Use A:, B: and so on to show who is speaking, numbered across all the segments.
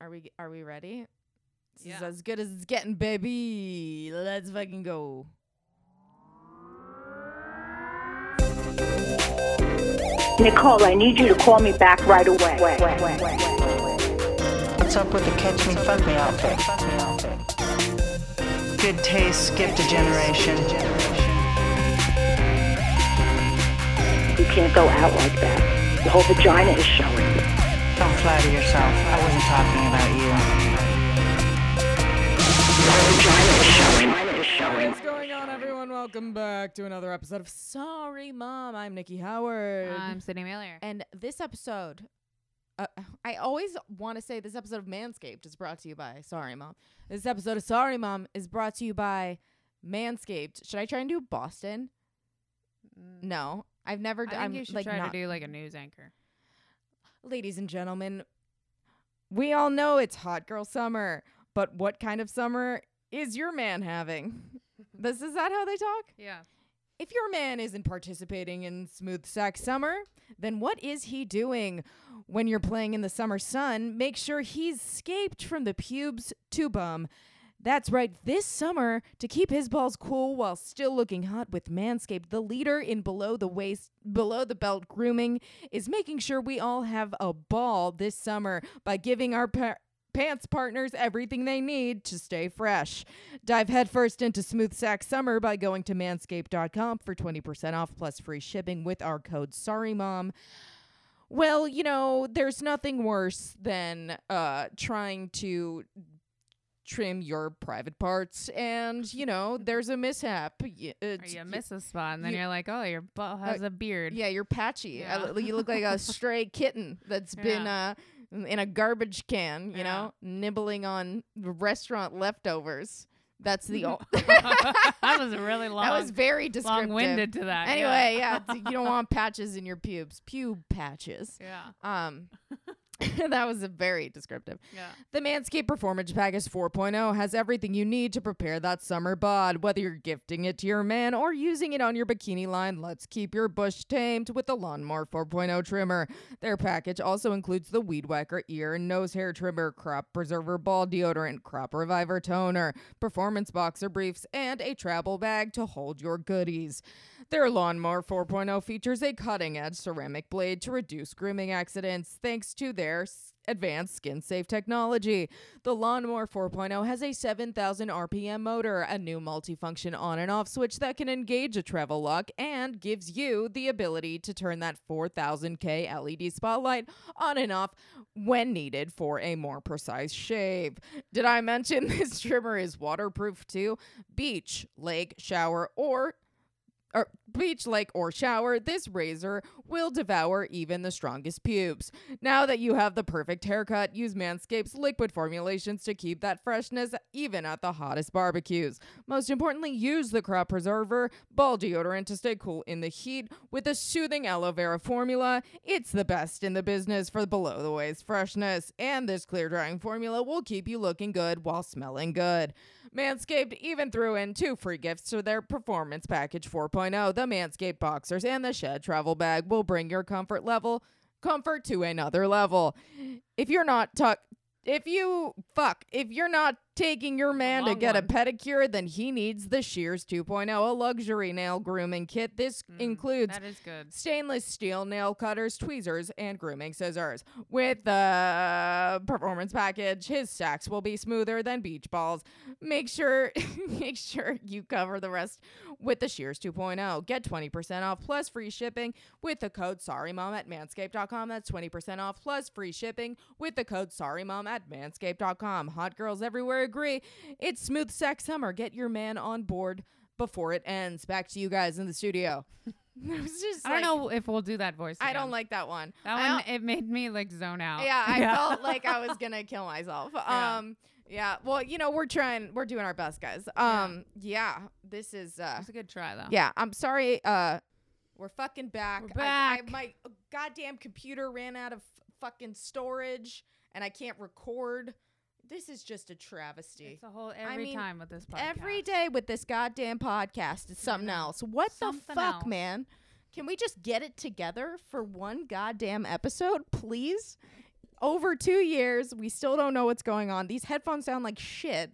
A: Are we are we ready? This is
B: Yeah.
A: as good as it's getting, baby. Let's fucking go.
C: Nicole, I need you to call me back right away.
D: What's up with the catch me, fuck me outfit? Good taste, skipped a generation.
C: You can't go out like that. The whole vagina is showing.
D: Don't flatter yourself. I wasn't talking about you.
A: What's going on, everyone? Welcome back to another episode of Sorry Mom. I'm Nikki Howard.
B: I'm Sydney Mailer.
A: and this episode, uh, I always want to say this episode of Manscaped is brought to you by Sorry Mom. This episode of Sorry Mom is brought to you by Manscaped. Should I try and do Boston? No, I've never.
B: Mm.
A: d-
B: I think
A: I'm
B: you should
A: like
B: try
A: not-
B: to do like a news anchor.
A: Ladies and gentlemen, we all know it's hot girl summer, but what kind of summer is your man having? this is that how they talk?
B: Yeah.
A: If your man isn't participating in smooth sex summer, then what is he doing? When you're playing in the summer sun, make sure he's scaped from the pubes to bum. That's right, this summer, to keep his balls cool while still looking hot with Manscaped, the leader in below the waist, below the belt grooming, is making sure we all have a ball this summer by giving our par- pants partners everything they need to stay fresh. Dive headfirst into smooth sack summer by going to manscaped.com for 20% off plus free shipping with our code SORRYMOM. Well, you know, there's nothing worse than uh, trying to trim your private parts and, you know, there's a mishap. Y- uh,
B: Or
A: t-
B: you
A: y-
B: miss a spot and then
A: you-
B: you, are like, oh, your butt has a beard.
A: yeah, you're patchy. I
B: Yeah.
A: look- you look like a stray kitten that's been uh, in a garbage can, you
B: Yeah.
A: know, nibbling on restaurant leftovers. That's the o-
B: that was really long.
A: That was very descriptive.
B: long-winded to that.
A: Anyway, yeah, it's- you don't want patches in your pubes. Pube patches.
B: Yeah.
A: Um that was a very descriptive.
B: Yeah.
A: The Manscaped Performance Package 4.0 oh, has everything you need to prepare that summer bod. Whether you're gifting it to your man or using it on your bikini line, let's keep your bush tamed with the Lawnmower 4.0 trimmer. Their package also includes the Weed Whacker ear and nose hair trimmer, crop preserver ball deodorant, crop reviver toner, performance boxer briefs, and a travel bag to hold your goodies. Their Lawnmower 4.0 features a cutting edge ceramic blade to reduce grooming accidents thanks to their s- advanced skin safe technology. The Lawnmower 4.0 has a 7,000 RPM motor, a new multifunction on and off switch that can engage a travel lock, and gives you the ability to turn that 4,000K LED E spotlight on and off when needed for a more precise shave. Did I mention this trimmer is waterproof to beach, lake, shower, or or beach, lake, or shower, this razor will devour even the strongest pubes. Now that you have the perfect haircut, use Manscaped's liquid formulations to keep that freshness even at the hottest barbecues. Most importantly, use the crop preserver ball deodorant to stay cool in the heat with a soothing aloe vera formula. It's the best in the business for below the waist freshness, and this clear drying formula will keep you looking good while smelling good. Manscaped even threw in two free gifts to their Performance Package 4.0. The Manscaped Boxers and the Shed Travel Bag will bring your comfort level comfort to another level. If you're not tuck if you fuck, if you're not taking your man to
B: long
A: get a
B: one.
A: pedicure, then he needs the Shears 2.0, a luxury nail grooming kit. This
B: Mm,
A: includes
B: That is good.
A: stainless steel nail cutters, tweezers, and grooming scissors. With the performance package, his sex will be smoother than beach balls. Make sure make sure you cover the rest with the Shears 2.0. Get 20% off plus free shipping with the code SORRYMOM at manscaped.com. That's 20% off plus free shipping with the code SORRYMOM at manscaped.com. Hot girls everywhere agree. It's smooth sex summer. Get your man on board before it ends. Back to you guys in the studio. It was just
B: I don't
A: like-
B: know if we'll do that voice.
A: I don't
B: again.
A: like that one. I
B: that one.
A: don't-
B: It made me like zone out.
A: yeah, I felt like I was gonna kill myself.
B: Yeah.
A: Um, yeah. Well, you know, we're trying. We're doing our best, guys. Um, yeah. This is.
B: It
A: Uh,
B: was a good try though.
A: yeah. I'm sorry. Uh, we're fucking back.
B: We're
A: I- I,
B: back.
A: my goddamn computer ran out of fucking storage, and I can't record. This is just a travesty.
B: It's a whole every
A: mean,
B: time with this podcast.
A: Every day with this goddamn podcast, it's something else. What the
B: Something
A: fuck,
B: else.
A: man? Can we just get it together for one goddamn episode, please? over two years. We still don't know what's going on. These headphones sound like shit.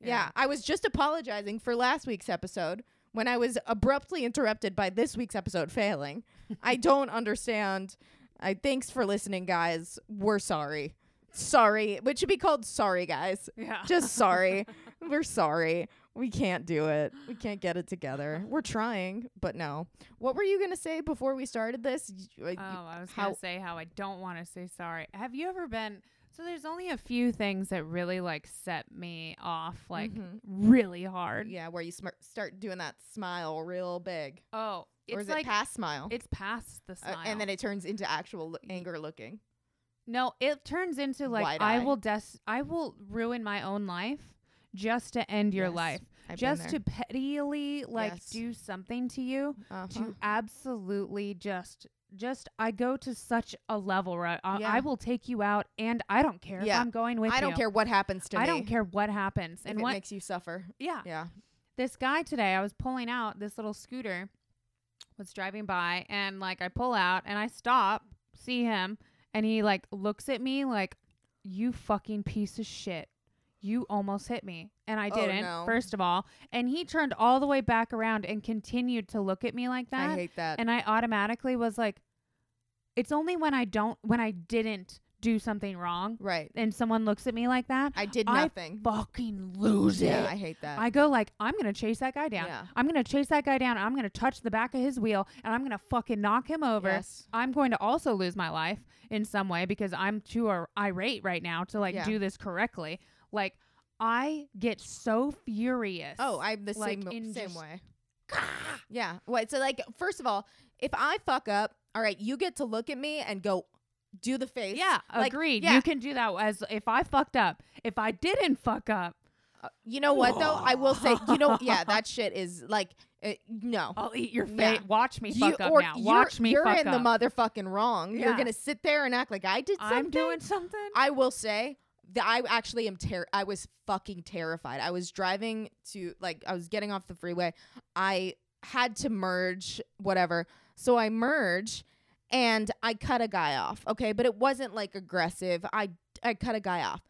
A: Yeah.
B: Yeah.
A: I was just apologizing for last week's episode when I was abruptly interrupted by this week's episode failing. I don't understand. I thanks for listening, guys. We're sorry. Sorry. It should be called sorry, guys.
B: Yeah.
A: Just sorry. We're sorry. We can't do it. We can't get it together. We're trying, but no. What were you gonna say before we started this? Y- uh, y-
B: Oh, I was
A: how-
B: gonna say how I don't want to say sorry. Have you ever been? So there's only a few things that really like set me off, like really hard.
A: Mm-hmm. Yeah, where you sm- start doing that smile real big,
B: Oh, it's
A: or is
B: like
A: it past smile?
B: it's past the
A: Uh,
B: smile,
A: and then it turns into actual lo- anger looking.
B: no, it turns into like
A: Wide
B: I
A: eye.
B: will des- I will ruin my own life just to end your
A: Yes,
B: life,
A: I've been
B: just
A: there.
B: to pettily like
A: Yes.
B: do something to you,
A: Uh-huh.
B: to absolutely just. Just I go to such a level where I,
A: Yeah.
B: I will take you out, and I don't care
A: Yeah.
B: if I'm going with
A: I don't
B: you.
A: care what happens to
B: I
A: me.
B: don't care what happens.
A: if
B: and
A: it
B: what
A: makes you suffer.
B: yeah.
A: Yeah.
B: This guy today, I was pulling out this little scooter was driving by and like I pull out and I stop, see him, and he like looks at me like you fucking piece of shit. You almost hit me. And I
A: Oh,
B: didn't,
A: no.
B: first of all. And he turned all the way back around and continued to look at me like that.
A: I hate that.
B: and I automatically was like, it's only when I don't, when I didn't do something wrong
A: right.
B: and someone looks at me like that,
A: I did
B: I
A: nothing.
B: fucking lose it.
A: yeah, I hate that.
B: I go like, I'm gonna chase that guy down.
A: Yeah.
B: I'm gonna chase that guy down. I'm gonna touch the back of his wheel, and I'm gonna fucking knock him over.
A: Yes.
B: I'm going to also lose my life in some way because I'm too ir- irate right now to like
A: Yeah.
B: do this correctly. Like, I get so furious.
A: oh, I'm the
B: like,
A: same
B: in
A: same
B: just-
A: way. yeah. What? So like, first of all, if I fuck up, all right, you get to look at me and go, do the face.
B: yeah,
A: Like,
B: agreed.
A: Yeah.
B: You can do that as if I fucked up. If I didn't fuck up,
A: You know what though? I will say, you know, yeah, that shit is like, uh, no.
B: I'll eat your
A: Yeah.
B: face. Watch me fuck
A: You-
B: up
A: or
B: now.
A: you're-
B: Watch me
A: You're
B: fuck
A: in
B: up.
A: the motherfucking wrong. You're
B: Yeah.
A: gonna sit there and act like I did something.
B: I'm doing something.
A: I will say that I actually am ter- I was fucking terrified. I was driving to like I was getting off the freeway. I had to merge whatever. So I merge and I cut a guy off. Okay, but it wasn't like aggressive. I I cut a guy off.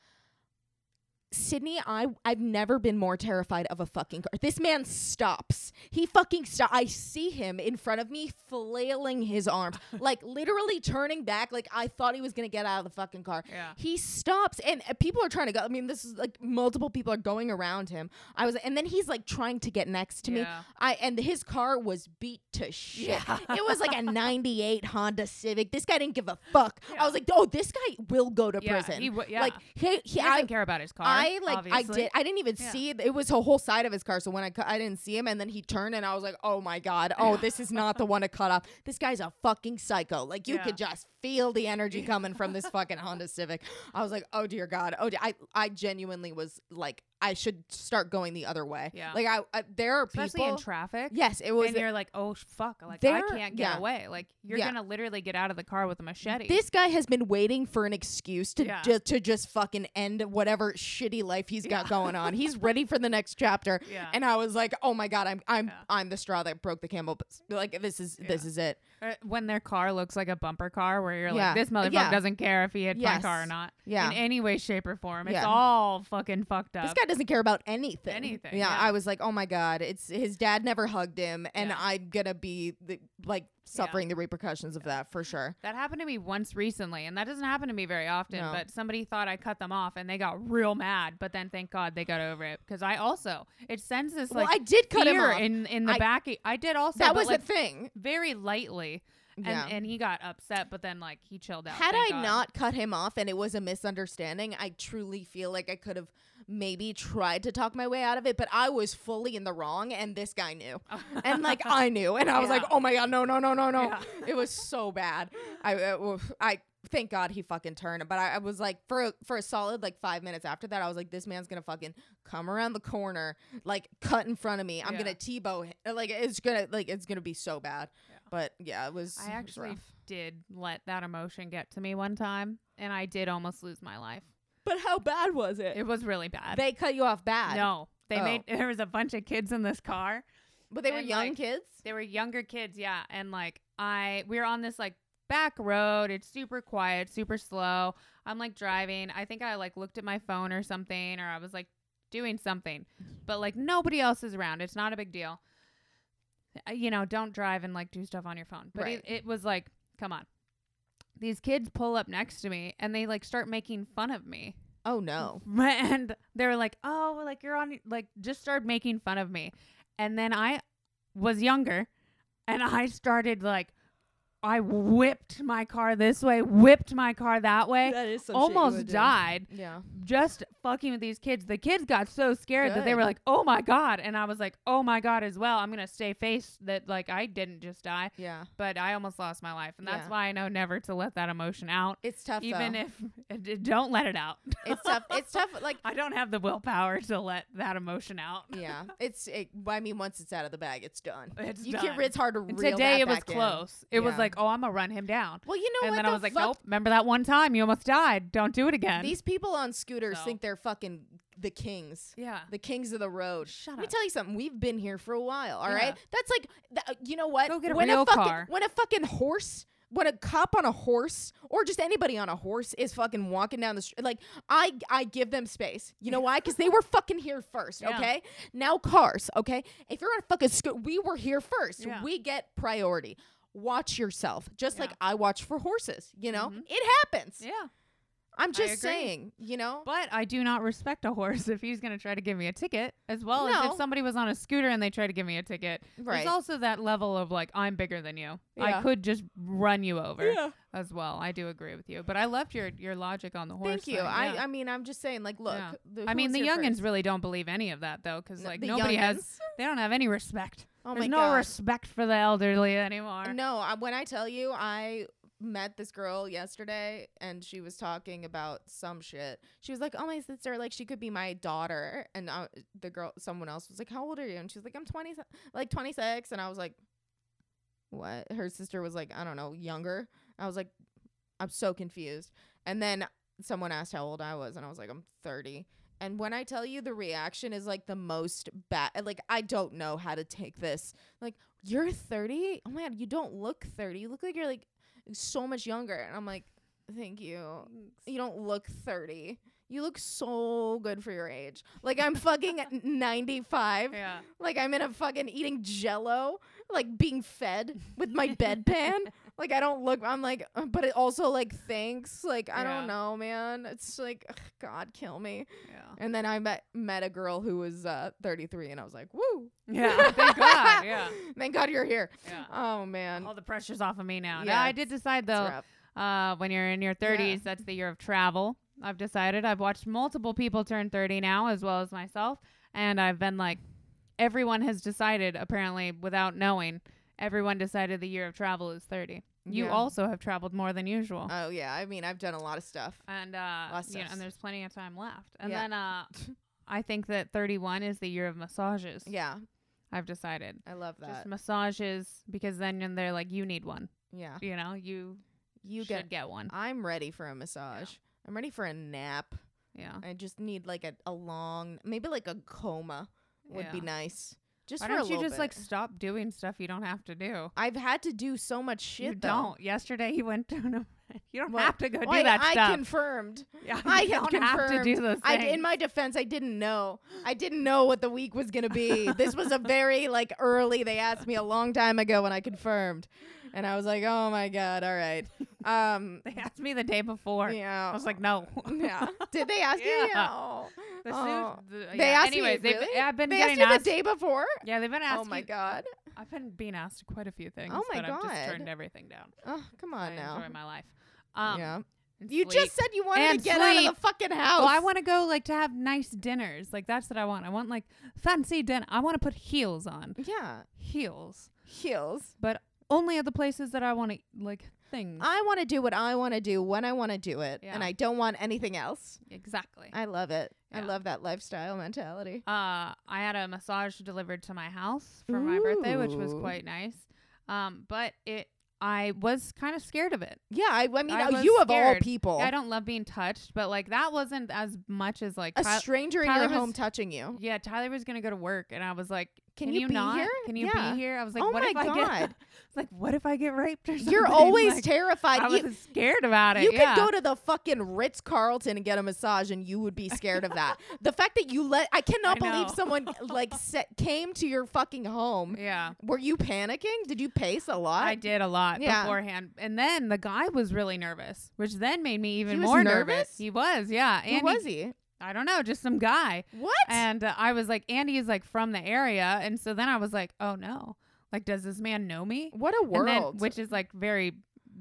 A: Sydney, I I've never been more terrified of a fucking car. This man stops. He fucking stop. I see him in front of me flailing his arms, like literally turning back, like I thought he was gonna get out of the fucking car.
B: Yeah.
A: He stops, and uh, people are trying to go. I mean, this is like multiple people are going around him. I was, and then he's like trying to get next to me.
B: Yeah.
A: I and his car was beat to shit. It was like a '98 Honda Civic. This guy didn't give a fuck. I was like, oh, this guy will go to
B: Yeah,
A: prison.
B: he w- yeah.
A: Like he, he,
B: He
A: I,
B: doesn't care about his car.
A: I like I
B: obviously.
A: did I didn't even
B: Yeah.
A: see it. it was a whole side of his car so when I cu- I didn't see him and then he turned and I was like oh my god oh this is not the one to cut off this guy's a fucking psycho like you
B: Yeah.
A: could just feel the energy coming from this fucking Honda Civic I was like oh dear god oh dear. I I genuinely was like I should start going the other way
B: Yeah.
A: like I, I there are
B: especially
A: people
B: in traffic.
A: yes it was
B: and you're like, oh sh- fuck, like I
A: There-
B: can't get
A: yeah.
B: away. Like you're
A: Yeah.
B: gonna literally get out of the car with a machete.
A: This guy has been waiting for an excuse to
B: Yeah.
A: ju- to just fucking end whatever shitty life he's got going on. He's ready for the next chapter.
B: Yeah.
A: And I was like, "Oh my god, I'm I'm
B: Yeah.
A: I'm the straw that broke the camel." But like this is this is it.
B: Or uh, when their car looks like a bumper car, where you're
A: Yeah.
B: like, this motherfucker
A: Yeah.
B: doesn't care if he hit my car or
A: Yes.
B: not.
A: Yeah.
B: in any way, shape, or form, it's
A: Yeah.
B: all fucking fucked up.
A: This guy doesn't care about anything.
B: Anything,
A: Yeah,
B: yeah.
A: I was like, "Oh my god, it's his dad never hugged him and
B: Yeah.
A: I'm going to be the, like suffering the repercussions of that for sure."
B: that happened to me once recently, and that doesn't happen to me very often.
A: No.
B: But somebody thought I cut them off, and they got real mad. But then, thank God, they got over it because I also it sends this
A: Well,
B: like
A: I did cut him
B: fear
A: off.
B: in in the
A: I-
B: back. e, I did also.
A: that
B: but,
A: was
B: like,
A: the thing.
B: very lightly. And,
A: Yeah.
B: and he got upset, but then like he chilled out.
A: Had I
B: Oh, thank God.
A: not cut him off and it was a misunderstanding, I truly feel like I could have maybe tried to talk my way out of it, but I was fully in the wrong and this guy knew. and like I knew and I was like,
B: Yeah.
A: "Oh my god, no, no, no, no, no."
B: Yeah.
A: It was so bad. I I- oof, I thank God he fucking turned, but I, I was like for a, for a solid like 5 minutes after that, I was like this man's going to fucking come around the corner, like cut in front of me. I'm
B: Yeah.
A: going to T-bow him. Like it's going to like it's going to be so bad. But yeah, it was
B: I
A: it was
B: actually
A: rough.
B: did let that emotion get to me one time, and I did almost lose my life.
A: But how bad was
B: It was really bad.
A: They cut you off bad.
B: no, they
A: Oh.
B: made there was a bunch of kids in this car.
A: But they were
B: And,
A: young
B: like-
A: kids.
B: They were younger kids, yeah, and like I, we were on this like back road. It's super quiet, super slow. I'm like driving. I think I like looked at my phone or something, or I was like doing something, but like nobody else is around. It's not a big deal. Uh, You know, don't drive and like do stuff on your phone. But
A: Right.
B: it, it was like, come on. These kids pull up next to me and they like start making fun of me.
A: Oh no.
B: And they were like, oh, like you're on, like just started making fun of me. And then I was younger and I started like, I whipped my car this way, whipped my car that way,
A: That is some shit you would
B: almost
A: do.
B: died
A: Yeah.
B: just fucking with these kids. The kids got so scared that they were
A: Good.
B: like, oh my God. And I was like, oh my God as well. I'm going to stay face that like I didn't just die,
A: Yeah.
B: but I almost lost my life. And that's
A: Yeah.
B: why I know never to let that emotion out.
A: It's tough.
B: even
A: though.
B: if don't let it out.
A: it's tough. It's tough. Like
B: I don't have the willpower to let that emotion out.
A: yeah. It's. It, I mean, once it's out of the bag, it's done.
B: It's
A: you
B: done.
A: Can, it's hard to
B: And
A: reel
B: today
A: that
B: it was
A: back in.
B: close. It was
A: Yeah.
B: like, oh, I'm gonna run him down.
A: Well, you know
B: and
A: what?
B: then
A: the
B: I was like,
A: fuck?
B: nope. Remember that one time you almost died? Don't do it again.
A: These people on scooters
B: So.
A: think they're fucking the kings.
B: yeah,
A: The kings of the road.
B: Shut
A: Let me
B: up.
A: tell you something. We've been here for a while. All right.
B: Yeah.
A: That's like, th- uh, you know what?
B: Go get a
A: when
B: real
A: fucking,
B: car.
A: When a fucking horse, when a cop on a horse, or just anybody on a horse is fucking walking down the street, like I, I give them space. You know why? Because they were fucking here first.
B: Yeah.
A: Okay. Now cars. Okay. If you're on a fucking scooter, we were here first.
B: Yeah.
A: We get priority. Watch yourself, just
B: Yeah.
A: like I watch for horses. You know,
B: Mhm.
A: it happens.
B: yeah.
A: I'm just
B: agree.
A: saying. You know.
B: But I do not respect a horse if he's gonna try to give me a ticket, as well as
A: No.
B: if somebody was on a scooter and they try to give me a ticket.
A: Right.
B: There's also that level of like, I'm bigger than you.
A: Yeah.
B: I could just run you over.
A: Yeah.
B: As well, I do agree with you, but I loved your your logic on the horse.
A: Thank you.
B: thing.
A: I,
B: Yeah.
A: I mean, I'm just saying, like, look.
B: Yeah.
A: the-
B: I
A: who
B: mean,
A: was
B: the
A: here
B: youngins
A: first?
B: really don't believe any of that though, because
A: No,
B: like
A: the
B: nobody
A: youngins.
B: has, they don't have any respect.
A: Oh my
B: There's no
A: God.
B: respect for the elderly anymore.
A: No, I, when I tell you, I met this girl yesterday and she was talking about some shit. She was like, "Oh, my sister, like she could be my daughter." And I, the girl, someone else was like, "How old are you?" And she's like, "I'm 20, like 26." And I was like, "What?" Her sister was like, "I don't know, younger." I was like, "I'm so confused." And then someone asked how old I was, and I was like, "I'm 30." And when I tell you the reaction is like the most bad, like I don't know how to take this. Like you're 30? Oh my god, you don't look 30. You look like you're like so much younger. And I'm like, thank you. You don't look 30. You look so good for your age. Like I'm fucking 95.
B: Yeah.
A: Like I'm in a fucking eating jello, like being fed with my bedpan. Like I don't look. I'm like, uh, but it also like thanks. Like I
B: Yeah.
A: don't know, man. It's like, ugh, God, kill me.
B: Yeah.
A: And then I met met a girl who was uh, 33, and I was like, woo.
B: Yeah. Thank God. Yeah.
A: Thank God you're here.
B: Yeah.
A: Oh man.
B: All the pressure's off of me now.
A: Yeah,
B: Yeah. I did decide
A: It's
B: though.
A: rough.
B: uh, when you're in your 30s, that's the year of travel. I've decided. I've watched multiple people turn 30 now, as well as myself. And I've been like, everyone has decided, apparently, without knowing, everyone decided the year of travel is 30. You
A: Yeah.
B: also have traveled more than usual.
A: Oh yeah. I mean, I've done a lot of stuff.
B: and uh,
A: lots
B: you know,
A: of-
B: and there's plenty of time left. And
A: Yeah.
B: then uh, I think that 31 is the year of massages.
A: Yeah,
B: I've decided.
A: I love that.
B: Just massages because then they're like, you need one.
A: yeah,
B: You know, you
A: Uh. you
B: should
A: get. uh,
B: get, one.
A: I'm ready for a massage. I'm ready for a nap.
B: Yeah.
A: I just need like a, a long, maybe like a coma would be
B: Yeah.
A: nice. Just
B: Why
A: for
B: don't
A: a
B: you
A: little
B: just like
A: bit.
B: stop doing stuff you don't have to do?
A: I've had to do so much shit.
B: you
A: though.
B: don't. Yesterday you went to an event. You don't
A: What?
B: have to go
A: Why,
B: do that
A: I
B: stuff.
A: confirmed.
B: yeah,
A: I
B: you
A: had
B: don't
A: confirmed.
B: have to do those
A: I,
B: things.
A: in my defense, I didn't know. I didn't know what the week was gonna be. this was a very like early. They asked me a long time ago when I confirmed, and I was like, "Oh my god, all right." Um,
B: they asked me the day before.
A: yeah,
B: I was like, no.
A: yeah. Did they ask you?
B: Yeah.
A: Yeah.
B: The
A: Oh.
B: suit-
A: They
B: the- yeah.
A: asked
B: Anyways,
A: me.
B: they've-
A: Really?
B: I've been
A: they asked
B: getting
A: you the day before.
B: Yeah, they've been asking.
A: Oh my god.
B: I've been being asked quite a few things.
A: Oh my
B: but I've just
A: God.
B: turned everything down.
A: Oh, come on
B: I
A: now.
B: enjoy my life. Um,
A: yeah.
B: and
A: You
B: sleep.
A: just said you wanted
B: And
A: to get out of
B: sleep.
A: the fucking house.
B: Oh, I want to go like to have nice dinners. Like that's what I want. I want like fancy dinner. I want to put heels on.
A: Yeah.
B: Heels.
A: Heels.
B: but only at the places that I want to like things.
A: I want to do what I want to do when I want to do it, and
B: Yeah.
A: I don't want anything else.
B: exactly.
A: I love it. I
B: Yeah.
A: love that lifestyle mentality.
B: uh, I had a massage delivered to my house for my birthday, which was
A: Ooh.
B: quite nice. Um, but it, I was kind of scared of it.
A: Yeah, I, I mean,
B: I
A: uh,
B: was
A: you of all
B: scared.
A: people,
B: I don't love being touched, but like that wasn't as much as like
A: a
B: Tyler-
A: stranger in your
B: Tyler was-
A: home touching you.
B: yeah, Tyler was gonna go to work, and I was like,
A: Oh. Can, you, be
B: not?
A: here?
B: Can you
A: Yeah.
B: be here? I was like,
A: Oh
B: what
A: my
B: if I get?
A: God.
B: It's like, what if I get raped or something?
A: You're always
B: Like,
A: terrified.
B: I
A: You-
B: was scared about it.
A: You
B: yeah.
A: could go to the fucking Ritz Carlton and get a massage, and you would be scared of that. the fact that you let I cannot
B: I
A: believe
B: know.
A: someone like se- came to your fucking home.
B: Yeah.
A: Were you panicking? Did you pace a lot?
B: I did a lot
A: Yeah.
B: beforehand. And then the guy was really nervous, which then made me even
A: He was
B: more
A: nervous?
B: He was, yeah.
A: Who
B: and
A: was he?
B: I don't know, just some guy.
A: What?
B: And uh, I was like, Andy is like from the area. And so then I was like, oh no. Like, does this man know me?
A: what a
B: And then-
A: world.
B: which is like very,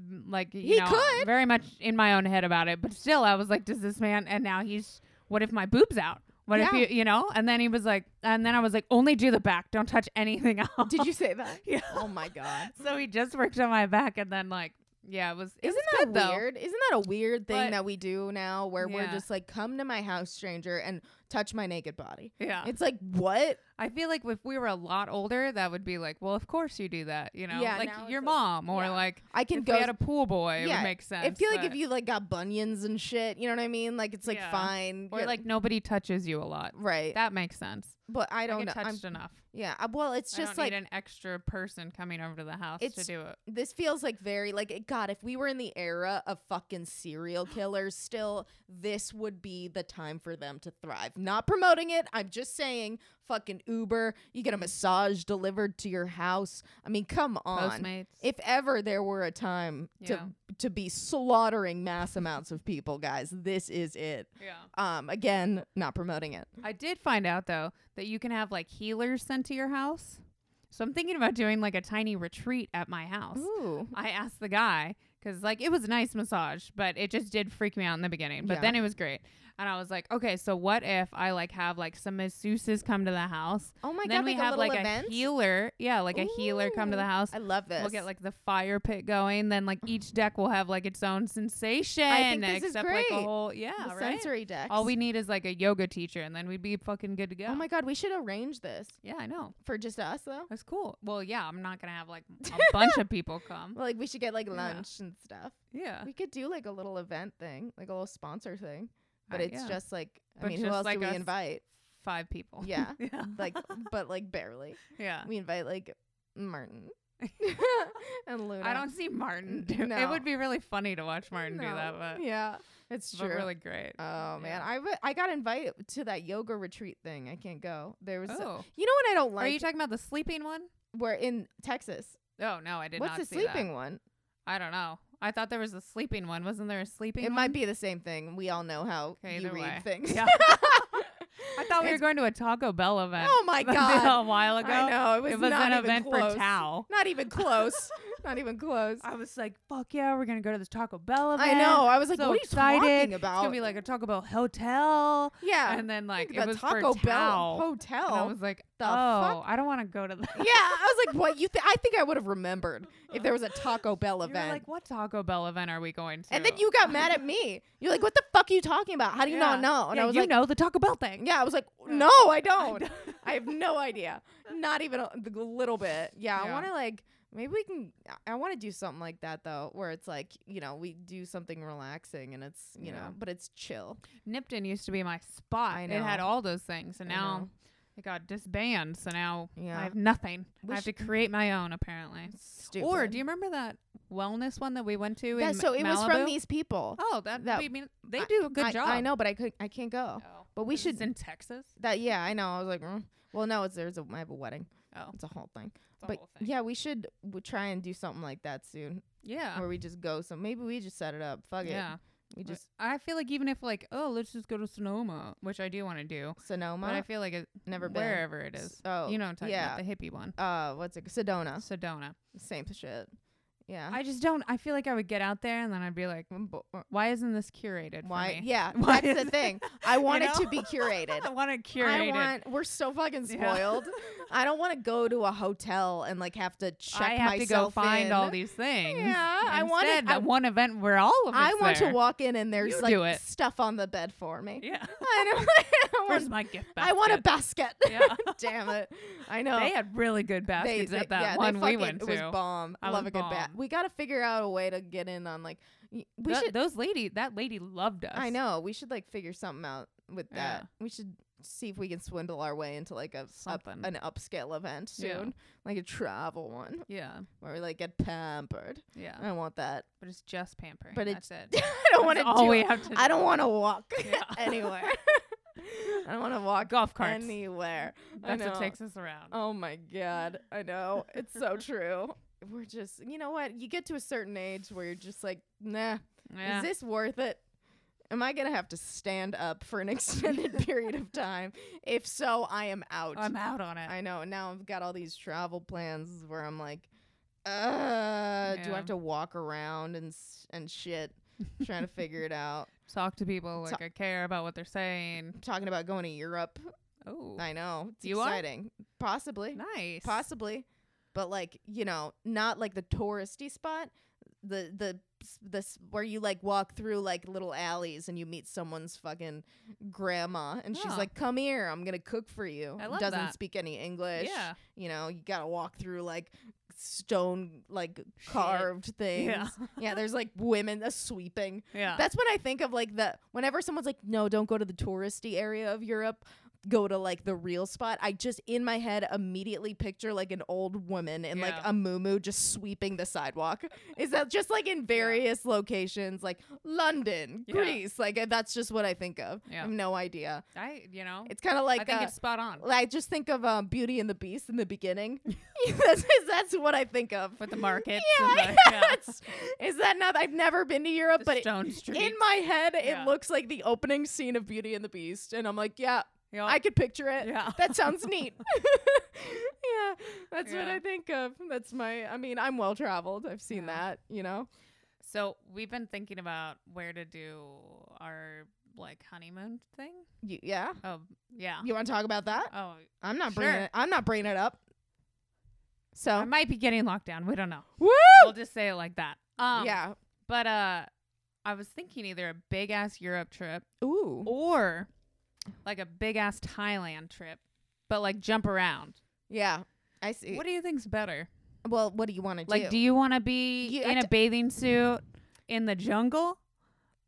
B: mm, like, you
A: He
B: know,
A: could.
B: Very much in my own head about it. But still, I was like, does this man, and now he's, what if my boob's out? What
A: Yeah.
B: if you, you know? And then he was like, and then I was like, only do the back. Don't touch anything else.
A: did you say that?
B: Yeah.
A: Oh my god.
B: So he just worked on my back, and then like, yeah, it was. It
A: Isn't
B: was
A: that
B: good, though.
A: weird? Isn't that a weird thing
B: But-
A: that we do now where we're
B: Yeah.
A: just like come to my house stranger and touch my naked body?
B: Yeah,
A: It's like what?
B: I feel like if we were a lot older, that would be like, well, of course you do that, you know,
A: Yeah,
B: like
A: now it's
B: your
A: like-
B: mom or
A: yeah.
B: like
A: I can
B: if
A: go
B: we had a pool boy, it
A: Yeah,
B: would make sense.
A: I feel like if
B: but-
A: you like got bunions and shit, you know what I mean? Like it's like
B: Yeah.
A: fine.
B: or
A: yeah,
B: like nobody touches you a lot,
A: right.
B: that makes sense.
A: but I
B: I
A: don't
B: get
A: know. I'm,
B: touched enough.
A: yeah. I- Well, it's
B: It's just
A: just
B: I don't
A: like
B: need an extra person coming over to the house to
A: It's-
B: do it.
A: this feels like very like it- God. If we were in the era of fucking serial killers, still this would be the time for them to thrive. Not promoting it. I'm just saying, fucking Uber. You get a massage delivered to your house. I mean, come on.
B: Postmates.
A: If ever there were a time
B: Yeah.
A: to to be slaughtering mass amounts of people, guys, this is it.
B: yeah.
A: Um, again, not promoting it.
B: I did find out though that you can have like healers sent to your house. So I'm thinking about doing like a tiny retreat at my house.
A: Ooh.
B: I asked the guy because like it was a nice massage, but it just did freak me out in the beginning. But
A: Yeah.
B: then it was great, and I was like, okay, so what if I like have like some masseuses come to the house?
A: Oh my
B: then
A: god,
B: we
A: like a
B: have
A: little
B: like
A: event.
B: a healer, yeah, like a healer come to the
A: Ooh,
B: house.
A: I love this.
B: We'll get like the fire pit going. Then like each deck will have like its own sensation.
A: this is
B: except like
A: great.
B: a whole yeah,
A: the
B: right.
A: sensory decks.
B: All we need is like a yoga teacher, and then we'd be fucking good to go.
A: Oh my god, we should arrange this
B: Yeah, I know.
A: for just us though.
B: That's cool. Well, yeah, I'm not gonna have like a bunch of people come.
A: Like we should get like
B: Yeah. Uh.
A: lunch and stuff.
B: Yeah,
A: We could do like a little event thing, like a little sponsor thing. But
B: Uh,
A: it's
B: yeah.
A: just like I
B: But
A: mean, who
B: just
A: else
B: like
A: do we
B: us.
A: invite?
B: five people.
A: Yeah.
B: yeah,
A: Like, but like barely.
B: yeah.
A: We invite like Martin and Luna.
B: I don't see Martin. Do. It
A: No.
B: would be really funny to watch Martin do that, but,
A: yeah, it's
B: but
A: true.
B: really great.
A: Oh man,
B: Yeah.
A: I wa- I got invited to that yoga retreat thing. I can't go. There was, a-
B: Oh,
A: you know, what I don't
B: are you
A: like.
B: talking about the sleeping one?
A: We're in Texas.
B: Oh no, I did
A: What's
B: not
A: the
B: see that.
A: sleeping one?
B: I don't know. I thought there was a sleeping one. Wasn't there a sleeping?
A: It
B: one?
A: might be the same thing. We all know how
B: Okay,
A: you
B: either
A: read
B: way.
A: things.
B: Yeah. I thought we were
A: It's-
B: going to a Taco Bell event.
A: Oh my god!
B: a while ago.
A: I know it was,
B: It was
A: not
B: an
A: even
B: event
A: close.
B: for Tao.
A: Not even close. not even close.
B: I was like, "Fuck yeah, we're gonna go to this Taco Bell event."
A: I know. I was like,
B: so
A: what are you
B: excited.
A: talking
B: It's
A: about?
B: gonna be like a Taco Bell hotel,
A: yeah,
B: and then like
A: Like
B: it
A: the
B: was
A: Taco
B: for
A: Bell
B: Tao. And I
A: hotel.
B: was like,
A: The
B: oh, I don't want to go to that.
A: yeah, I was like, what you? Th- I think I would have remembered if there was a Taco Bell
B: You were
A: event.
B: like, what Taco Bell event are we going to?
A: and then you got mad at me. You're like, what the fuck are you talking about? How do you not know? And
B: yeah,
A: I was
B: you
A: like,
B: know the Taco Bell thing.
A: yeah, I was like, no, I don't. I have no idea. Not even a the little bit. Yeah, I
B: Yeah.
A: want to like maybe we can. I- I want to do something like that though, where it's like you know we do something relaxing and it's you
B: Yeah.
A: know, but it's chill.
B: Nipton used to be my spot.
A: I
B: It had
A: know.
B: all those things, and
A: I
B: now
A: know.
B: it got disbanded. So now
A: Yeah.
B: I have nothing.
A: We
B: I have to
A: should-
B: create my own apparently.
A: Stupid.
B: Or do you remember that wellness one that we went to?
A: Yeah,
B: in
A: so
B: Ma-
A: it was from
B: Malibu?
A: these people.
B: Oh, that,
A: that-
B: I mean, they
A: I-
B: do a good
A: I,
B: job.
A: I know, but I could I can't go.
B: Oh.
A: But we
B: Is this
A: should-
B: in Texas.
A: That yeah, I know. I was like, mm. well, no, it's there's a I have a wedding.
B: Oh,
A: It's a whole thing.
B: it's a
A: but
B: whole thing.
A: yeah, we should w- try and do something like that soon,
B: yeah,
A: where we just go. So maybe we just set it up. Fuck
B: yeah.
A: it. We
B: But
A: just
B: I feel like even if like oh let's just go to Sonoma, which I do want to do,
A: Sonoma.
B: but I feel like it
A: Never been.
B: wherever it is.
A: Oh,
B: you know what I'm talking
A: yeah.
B: about the hippie one,
A: uh, what's it? Sedona.
B: Sedona.
A: Same shit. Yeah.
B: I just don't. I feel like I would get out there and then I'd be like,
A: I'm bo- uh,
B: why isn't this curated? for
A: why?
B: me?
A: Yeah,
B: Why
A: that's
B: is
A: the
B: it-
A: thing. I
B: You
A: want it to
B: know?
A: be
B: I
A: curated.
B: want it
A: I
B: curated.
A: want. We're so fucking
B: Yeah.
A: spoiled. I don't want to go to a hotel and like have to check
B: I have to go
A: myself
B: find all
A: in.
B: these things.
A: Yeah, I want it-
B: Instead,
A: I-
B: that one event where all of us.
A: I want
B: there.
A: to walk in and there's
B: You do
A: like
B: it.
A: stuff on the bed for me.
B: Yeah.
A: I know. I don't
B: Where's
A: want-
B: my gift
A: I want a
B: basket?
A: basket.
B: Yeah.
A: Damn it. I know.
B: They had really good baskets at that
A: yeah, they
B: one we
A: fucking-
B: went to.
A: It was bomb.
B: I
A: Love
B: was
A: a good bat.
B: bomb.
A: We got to figure out a way to get in on like y- we
B: Th-
A: should.
B: those lady, that lady loved us.
A: I know. We should like figure something out with
B: Yeah.
A: that. We should see if we can swindle our way into like a up,
B: Something.
A: an upscale event soon,
B: Yeah.
A: like a travel one
B: Yeah.
A: where we like get pampered.
B: Yeah.
A: I don't want that.
B: But it's just pampering.
A: Uh, But it-
B: That's it.
A: I don't want
B: That's
A: to.
B: all we have to
A: I
B: do.
A: don't want to walk
B: Yeah.
A: anywhere. I don't want to walk
B: Golf carts.
A: anywhere. I
B: That's what
A: know.
B: takes us around.
A: Oh my god, I know. It's so true. We're just, you know what? You get to a certain age where you're just like, nah,
B: yeah.
A: is this worth it? Am I going to have to stand up for an extended period of time? If so, I am out.
B: I'm out on it.
A: I know. and Now I've got all these travel plans where I'm like, uh, do
B: Yeah.
A: I have to walk around and s- and shit trying to figure it out?
B: Talk to people like
A: Talk-
B: I care about what they're saying.
A: talking about going to Europe.
B: Oh,
A: I know. It's
B: You are?
A: exciting. Possibly.
B: nice.
A: possibly but like you know not like the touristy spot the the this where you like walk through like little alleys and you meet someone's fucking grandma and she's
B: Yeah.
A: like come here i'm gonna cook for you
B: I love
A: doesn't
B: that.
A: speak any english
B: Yeah.
A: you know you gotta walk through like stone like carved things
B: Yeah.
A: yeah there's like women uh, sweeping
B: Yeah.
A: that's when I think of like the whenever someone's like, no, don't go to the touristy area of Europe, go to like the real spot. I just in my head immediately picture like an old woman in like
B: Yeah.
A: a muumuu just sweeping the sidewalk. Is that just like in various locations, like London,
B: Yeah.
A: Greece? Like uh, that's just what I think of. I
B: Yeah.
A: have no idea.
B: I, you know,
A: It's kind of like
B: I think
A: uh,
B: it's spot on
A: I just think of um, Beauty and the Beast in the beginning. that's, that's what I think of.
B: with the markets.
A: yeah,
B: and the, yeah.
A: it's- is that not? I've never been to Europe,
B: The
A: but it,
B: Stone Street.
A: in my head,
B: Yeah.
A: it looks like the opening scene of Beauty and the Beast, and I'm like, yeah,
B: Yup.
A: I could picture it.
B: Oh. Yeah.
A: That sounds neat. yeah, that's what
B: Yeah.
A: I think of. That's my. I mean, I'm well traveled. I've seen
B: Yeah.
A: that. You know.
B: so we've been thinking about where to do our like honeymoon thing.
A: You, yeah.
B: Oh, yeah.
A: You want to talk about that?
B: Oh,
A: I'm not bringing.
B: sure.
A: It, I'm not bringing it up. So.
B: I might be getting locked down. We don't know.
A: Oh. Woo!
B: We'll just say it like that. Um,
A: yeah.
B: But uh, I was thinking either a big ass Europe trip
A: Ooh.
B: or like a big ass Thailand trip, but like jump around.
A: Yeah. I see.
B: What do you think's better?
A: well, what do you want to
B: Like, do you want to be
A: You- I
B: in a
A: d-
B: bathing suit in the jungle,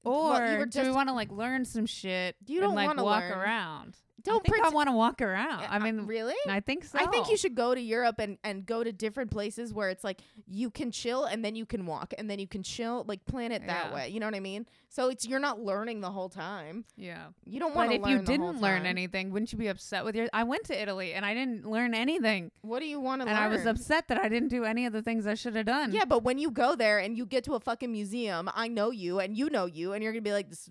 B: or
A: Well, you were
B: do
A: just-
B: we want to like learn some shit?
A: You
B: and,
A: don't
B: like
A: wanna
B: walk
A: learn.
B: around.
A: Don't
B: I think I
A: pret-
B: want to walk around. I
A: Uh,
B: mean,
A: really?
B: I think so.
A: I think you should go to Europe and, and go to different places where it's like you can chill and then you can walk and then you can chill like plan it that
B: Yeah.
A: way. You know what I mean? So it's you're not learning the whole time.
B: Yeah,
A: You don't want
B: but
A: to
B: if
A: learn.
B: you
A: the whole
B: didn't learn
A: time.
B: anything, wouldn't you be upset with your? I went to Italy and I didn't learn anything,
A: what do you want to
B: and
A: learn?
B: I was upset that I didn't do any of the things I should have done.
A: Yeah, but when you go there and you get to a fucking museum, I know you and you know you, and you're gonna be like this.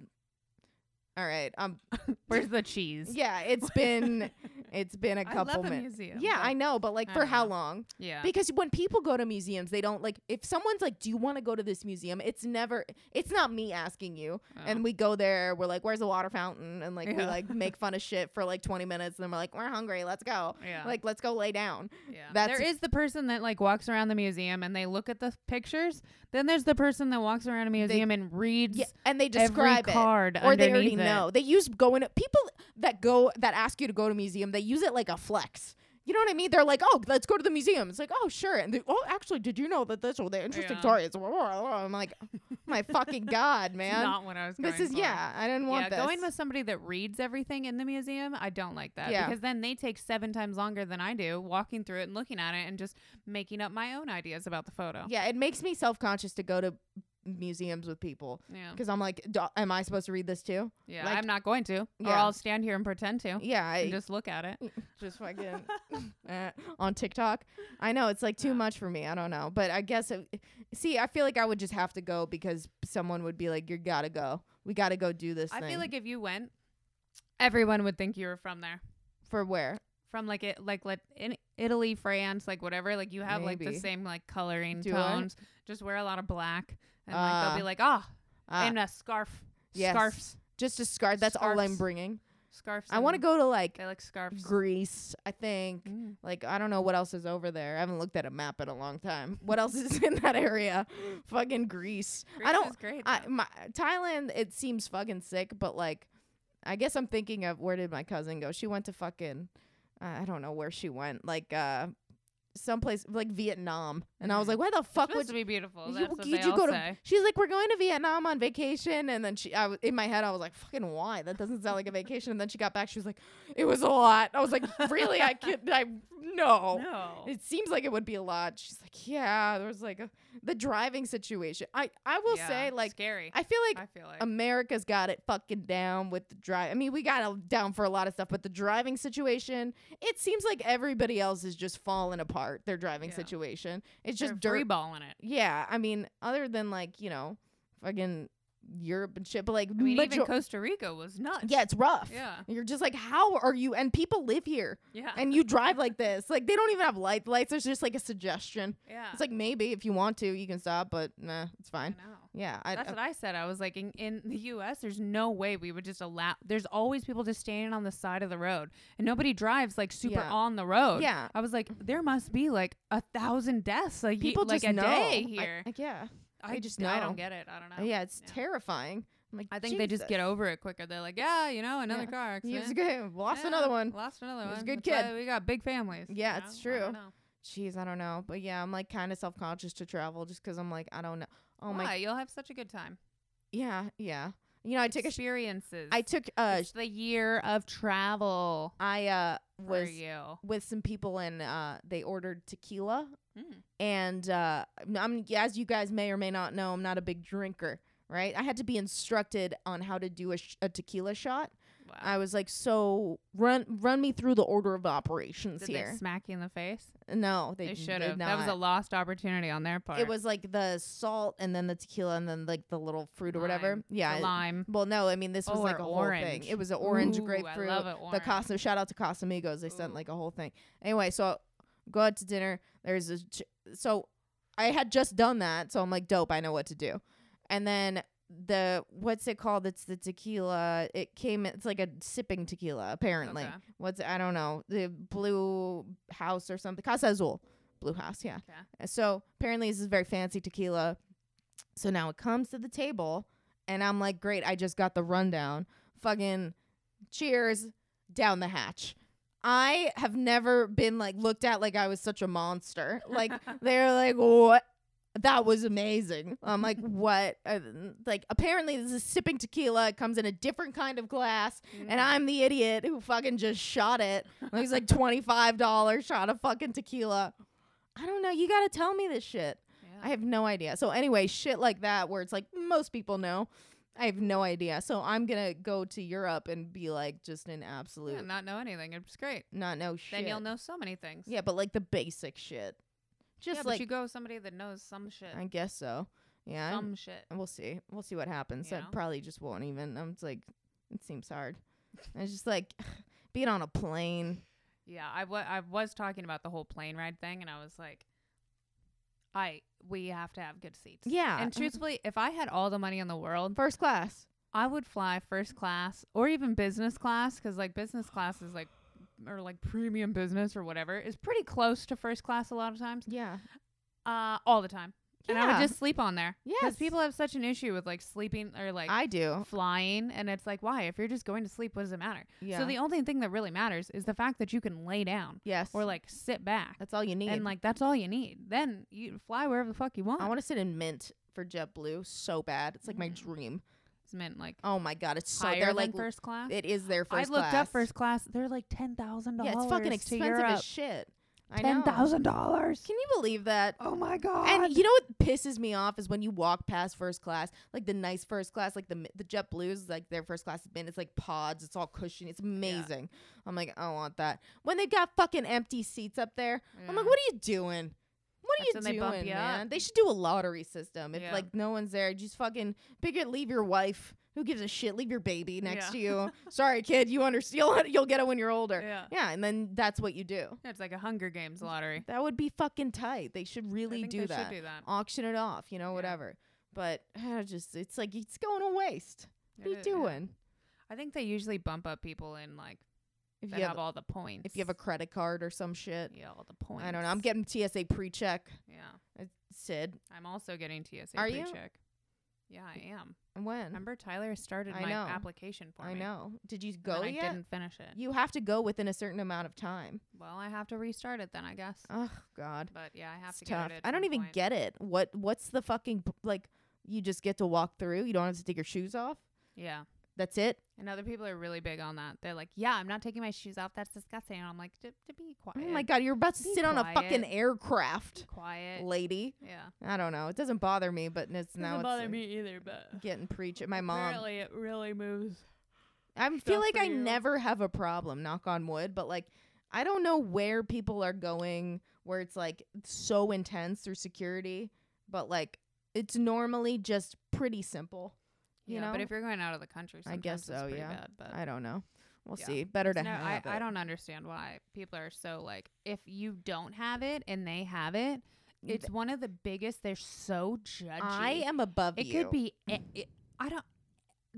A: All right, um,
B: where's the cheese?
A: yeah, it's been it's been a
B: I
A: couple
B: love a
A: minutes.
B: museum,
A: Yeah,
B: but
A: I know, but like
B: I
A: for
B: don't
A: how
B: know.
A: long?
B: yeah.
A: Because when people go to museums, they don't like if someone's like, "Do you want to go to this museum?" It's never it's not me asking you. And we go there, we're like, "Where's the water fountain?" and like we
B: Uh-huh. Yeah.
A: like make fun of shit for like 20 minutes and then we're like, "We're hungry, let's go."
B: Oh, Yeah.
A: Like, let's go lay down.
B: Yeah.
A: That's-
B: there is the person that like walks around the museum and they look at the pictures. Then there's the person that walks around a museum and reads.
A: Yeah, and they
B: every
A: describe
B: card
A: it, or they already
B: underneath it.
A: know. They use going to people that go that ask you to go to a museum. They use it like a flex. You know what I mean? They're like, "Oh, let's go to the museum." It's like, "Oh, sure." And they, "Oh, actually, did you know that that's all the interesting
B: Yeah.
A: stories?" I'm like, "Oh "My fucking god,
B: It's
A: man!"
B: not what I was.
A: This
B: going
A: is
B: for.
A: yeah. I didn't want
B: Yeah,
A: this.
B: going with somebody that reads everything in the museum, I don't like that
A: Yeah.
B: because then they take seven times longer than I do walking through it and looking at it and just making up my own ideas about the photo.
A: yeah, it makes me self conscious to go to museums with people
B: yeah,
A: because I'm like, "Do- am I supposed to read this too?
B: Yeah,
A: like-
B: I'm not going to, or
A: Yeah.
B: I'll stand here and pretend to,
A: Yeah, I
B: and
A: just
B: Oh, just look at it.
A: just fucking eh, on TikTok. I know it's like too much for me. I don't know, but I guess it, see, I feel like I would just have to go because someone would be like, you gotta go. We gotta go do this.
B: I
A: thing."
B: feel like if you went, everyone would think you were from there.
A: for where
B: from like it like like in Italy, France, like whatever, like you have like
A: Maybe.
B: the same like coloring
A: Do I?
B: tones. Just wear a lot of black and like
A: Ah.
B: they'll be like, "Ah,
A: Ah,
B: and a scarf."
A: yes.
B: Scarves.
A: just a scarf. That's all I'm
B: Scarves.
A: bringing.
B: Scarves.
A: I want to
B: and-
A: go to like
B: They like scarves.
A: Greece. I think.
B: Mm.
A: Like I don't know what else is over there. I haven't looked at a map in a long time. What else is in that area? Fucking Greece.
B: Greece
A: I don't.
B: is great.
A: I
B: though.
A: my Thailand. It seems fucking sick, but like, I guess I'm thinking of where did my cousin go? She went to fucking. Uh, I don't know where she went. Like, uh, someplace like Vietnam, and I was like, why the fuck would
B: supposed to be beautiful.
A: you-
B: That's what
A: did
B: they
A: you
B: all
A: go to?
B: say.
A: She's like, we're going to Vietnam on vacation, and then she, I was in my head, I was like, fucking why? That doesn't sound like a vacation. And then she got back, she was like, it was a lot. I was like, really? I could, I no.
B: No.
A: It seems like it would be a lot. She's like, yeah. There was like a, the driving situation. I, I will
B: Yeah,
A: say, like,
B: scary.
A: I feel like
B: I feel like
A: America's got it fucking down with the drive. I mean, we got it down for a lot of stuff, but the driving situation, it seems like everybody else is just falling apart. Their driving
B: Yeah.
A: situation, it's
B: They're
A: just
B: free
A: dirt.
B: balling it.
A: Yeah, I mean, other than like you know, fucking Europe and shit, Mm, but like,
B: I mean,
A: major-
B: even Costa Rica was nuts.
A: yeah, it's rough.
B: Yeah.
A: you're just like, how are you? And people live here,
B: yeah,
A: and you drive like this. Like they don't even have light lights. There's just like a suggestion.
B: yeah.
A: It's like maybe if you want to, you can stop, but nah, it's
B: Uh-huh. I
A: fine.
B: know.
A: Yeah, I, uh,
B: That's
A: I-
B: what I said. I was like, in, in the U.S., there's no way we would just allow. There's always people just standing on the side of the road, and nobody drives like super
A: Yeah.
B: on the road.
A: Yeah.
B: I was like, there must be like a thousand deaths, like people
A: people
B: like
A: just
B: a
A: know.
B: day
A: I-
B: here.
A: like, yeah.
B: I,
A: they just
B: I
A: know.
B: don't get it. I don't know.
A: Yeah, it's
B: Yeah.
A: terrifying. I'm like,
B: I think they just get
A: Jesus.
B: over it quicker. They're like, yeah, you know, another
A: Yeah.
B: car
A: He was
B: accident.
A: good. Lost
B: Yeah,
A: another one.
B: Lost another
A: He
B: one.
A: was a good
B: That's
A: kid.
B: why We got big families.
A: Yeah,
B: you
A: it's
B: know? I don't
A: true.
B: know.
A: Jeez, I don't know, but yeah, I'm like kind of self conscious to travel just 'cause I'm like, I don't know. Oh
B: Why?
A: my,
B: You'll have such a good time.
A: yeah, yeah. You know, I took a, sh-
B: Experiences.
A: I took uh,
B: it's the year of travel
A: I uh
B: for
A: was
B: you.
A: with some people and uh they ordered tequila
B: Mm.
A: and uh I'm as you guys may or may not know, I'm not a big drinker, right? I had to be instructed on how to do a, sh- a tequila shot.
B: Wow.
A: I was like, so run run me through the order of operations
B: Did
A: here.
B: they smack you in the face?
A: no, they,
B: They,
A: did
B: should have.
A: Not.
B: That was a lost opportunity on their part.
A: It was like the salt and then the tequila and then like the little fruit or whatever.
B: Lime.
A: Yeah.
B: The lime.
A: Well, no, I mean this was
B: Oh,
A: like
B: or
A: a whole thing.
B: orange.
A: It was an orange
B: Ooh, I
A: grapefruit.
B: love it,
A: The
B: orange.
A: Casa shout out to Casamigos. They sent
B: Ooh.
A: like a whole thing. Anyway, so go out to dinner. There's a ch- so I had just done that, so I'm like dope. I know what to do. And then the what's it called? It's the tequila. It came. It's like a sipping tequila apparently.
B: Okay.
A: What's I don't know the blue house or something. Casa Azul, blue house. Yeah.
B: Okay.
A: Uh, So apparently this is very fancy tequila. So now it comes to the table and I'm like, great, I just got the rundown. Fucking cheers down the hatch. I have never been like looked at like I was such a monster. Like they're like, what? That was amazing. I'm like, what? Uh, Like apparently this is sipping tequila. It comes in a different kind of glass,
B: Mm-hmm.
A: and I'm the idiot who fucking just shot it. It was like twenty five dollars shot of fucking tequila. I don't know. You got to tell me this shit. I
B: Yeah.
A: have no idea. So anyway, shit like that where it's like most people know. I have no idea. So I'm going to go to Europe and be like just an absolute
B: Yeah, not know anything. It's great.
A: not know shit.
B: Then you'll know so many things.
A: Yeah, but like the basic shit. Just
B: yeah, but
A: like
B: you go with somebody that knows some shit.
A: I guess so. Yeah. I'm-
B: some shit.
A: and we'll see. We'll see what happens.
B: You
A: I
B: know?
A: probably just won't even. I'm just like it seems hard. it's just like being on a plane.
B: Yeah, I wa- I was talking about the whole plane ride thing, and I was like, I we have to have good seats.
A: Yeah. mm-hmm.
B: And truthfully, if I had all the money in the world,
A: First class.
B: I would fly first class or even business class because like business class is like or like premium business or whatever is pretty close to first class a lot of times.
A: Yeah.
B: Uh, all the time. And I
A: Yeah.
B: would just sleep on there.
A: Yes.
B: people have such an issue with like sleeping or like
A: I do.
B: flying and it's like why if you're just going to sleep what does it matter
A: Yeah.
B: so the only thing that really matters is the fact that you can lay down
A: Yes.
B: or like sit back
A: that's all you need.
B: and like oh. that's all you need then you fly wherever the fuck you want
A: I want to sit in mint for JetBlue so bad. It's like my dream.
B: it's meant like
A: Oh my god, it's so
B: Mm. higher
A: they're
B: than
A: like
B: first class
A: it is their
B: i
A: first.
B: looked up
A: class.
B: first class they're like ten thousand
A: Yeah,
B: dollars
A: it's fucking expensive as shit. I know.
B: ten thousand dollars
A: Can you believe that?
B: oh my god
A: And you know what pisses me off is when you walk past first class, like the nice first class, like the mi- the JetBlues, like their first class has been. It's like pods. It's all cushiony. It's amazing. I'm like, I don't want that. When they got fucking empty seats up there, I'm like,
B: Yeah.
A: what are you doing? What are
B: That's when
A: you
B: they
A: doing,
B: bump you up.
A: man? They should do a lottery system. If
B: Yeah.
A: like no one's there, just fucking pick it. Leave your wife. Who gives a shit? Leave your baby next
B: Yeah.
A: to you. Sorry, kid. You understand? You'll, you'll get it when you're older.
B: Yeah.
A: Yeah, and then that's what you do.
B: it's like a hunger games lottery
A: That would be fucking tight. They should really
B: think
A: do,
B: they should
A: that.
B: do that.
A: Auction it off, you know, whatever. But I just it's like it's going to waste. What
B: It
A: are you
B: is, yeah.
A: doing?
B: i think they usually bump up people in like
A: If
B: that
A: you
B: have
A: have
B: all the points
A: if you have a credit card or some shit.
B: yeah all the points
A: I don't know. I'm getting TSA pre-check.
B: yeah
A: uh, Sid,
B: I'm also getting TSA
A: Are you?
B: pre-check. Yeah, I am.
A: When?
B: Remember, Tyler started
A: I
B: my
A: know.
B: application for
A: I
B: me.
A: know. Did you
B: and then
A: go
B: I
A: yet?
B: didn't finish it.
A: You have to go within a certain amount of time.
B: well, I have to restart it then, I guess.
A: Oh God,
B: but yeah, I have
A: it's
B: to
A: tough.
B: get it. at
A: I don't
B: some
A: even
B: point.
A: get it. What? What's the fucking p- like? You just get to walk through. You don't have to take your shoes off.
B: Yeah.
A: That's it.
B: And other people are really big on that. They're like, "Yeah, I'm not taking my shoes off. That's disgusting." And I'm like, "D- "To be
A: Oh
B: quiet,
A: my God, you're about to
B: Be
A: sit on a fucking
B: quiet.
A: aircraft,
B: quiet."
A: lady.
B: yeah,
A: I don't know. It doesn't bother me, but it's now it's uh,
B: either, but
A: getting preached at my mom.
B: it really moves.
A: I feel
B: stuff
A: like
B: for
A: I
B: you.
A: never have a problem. Knock on wood, but like. I don't know where people are going where it's like so intense through security, but like it's normally just pretty simple. You
B: Yeah, but
A: know?
B: if you're going out of the country,
A: I
B: sometimes
A: guess
B: it's
A: so,
B: pretty
A: yeah.
B: bad. But
A: I don't know. We'll
B: Uh, Yeah.
A: see. Better to
B: no, I,
A: have
B: I
A: it.
B: don't understand why people are so like, if you don't have it and they have it, it's one of the biggest. They're so judgy.
A: I am above
B: It
A: you.
B: could be. It, it, I don't.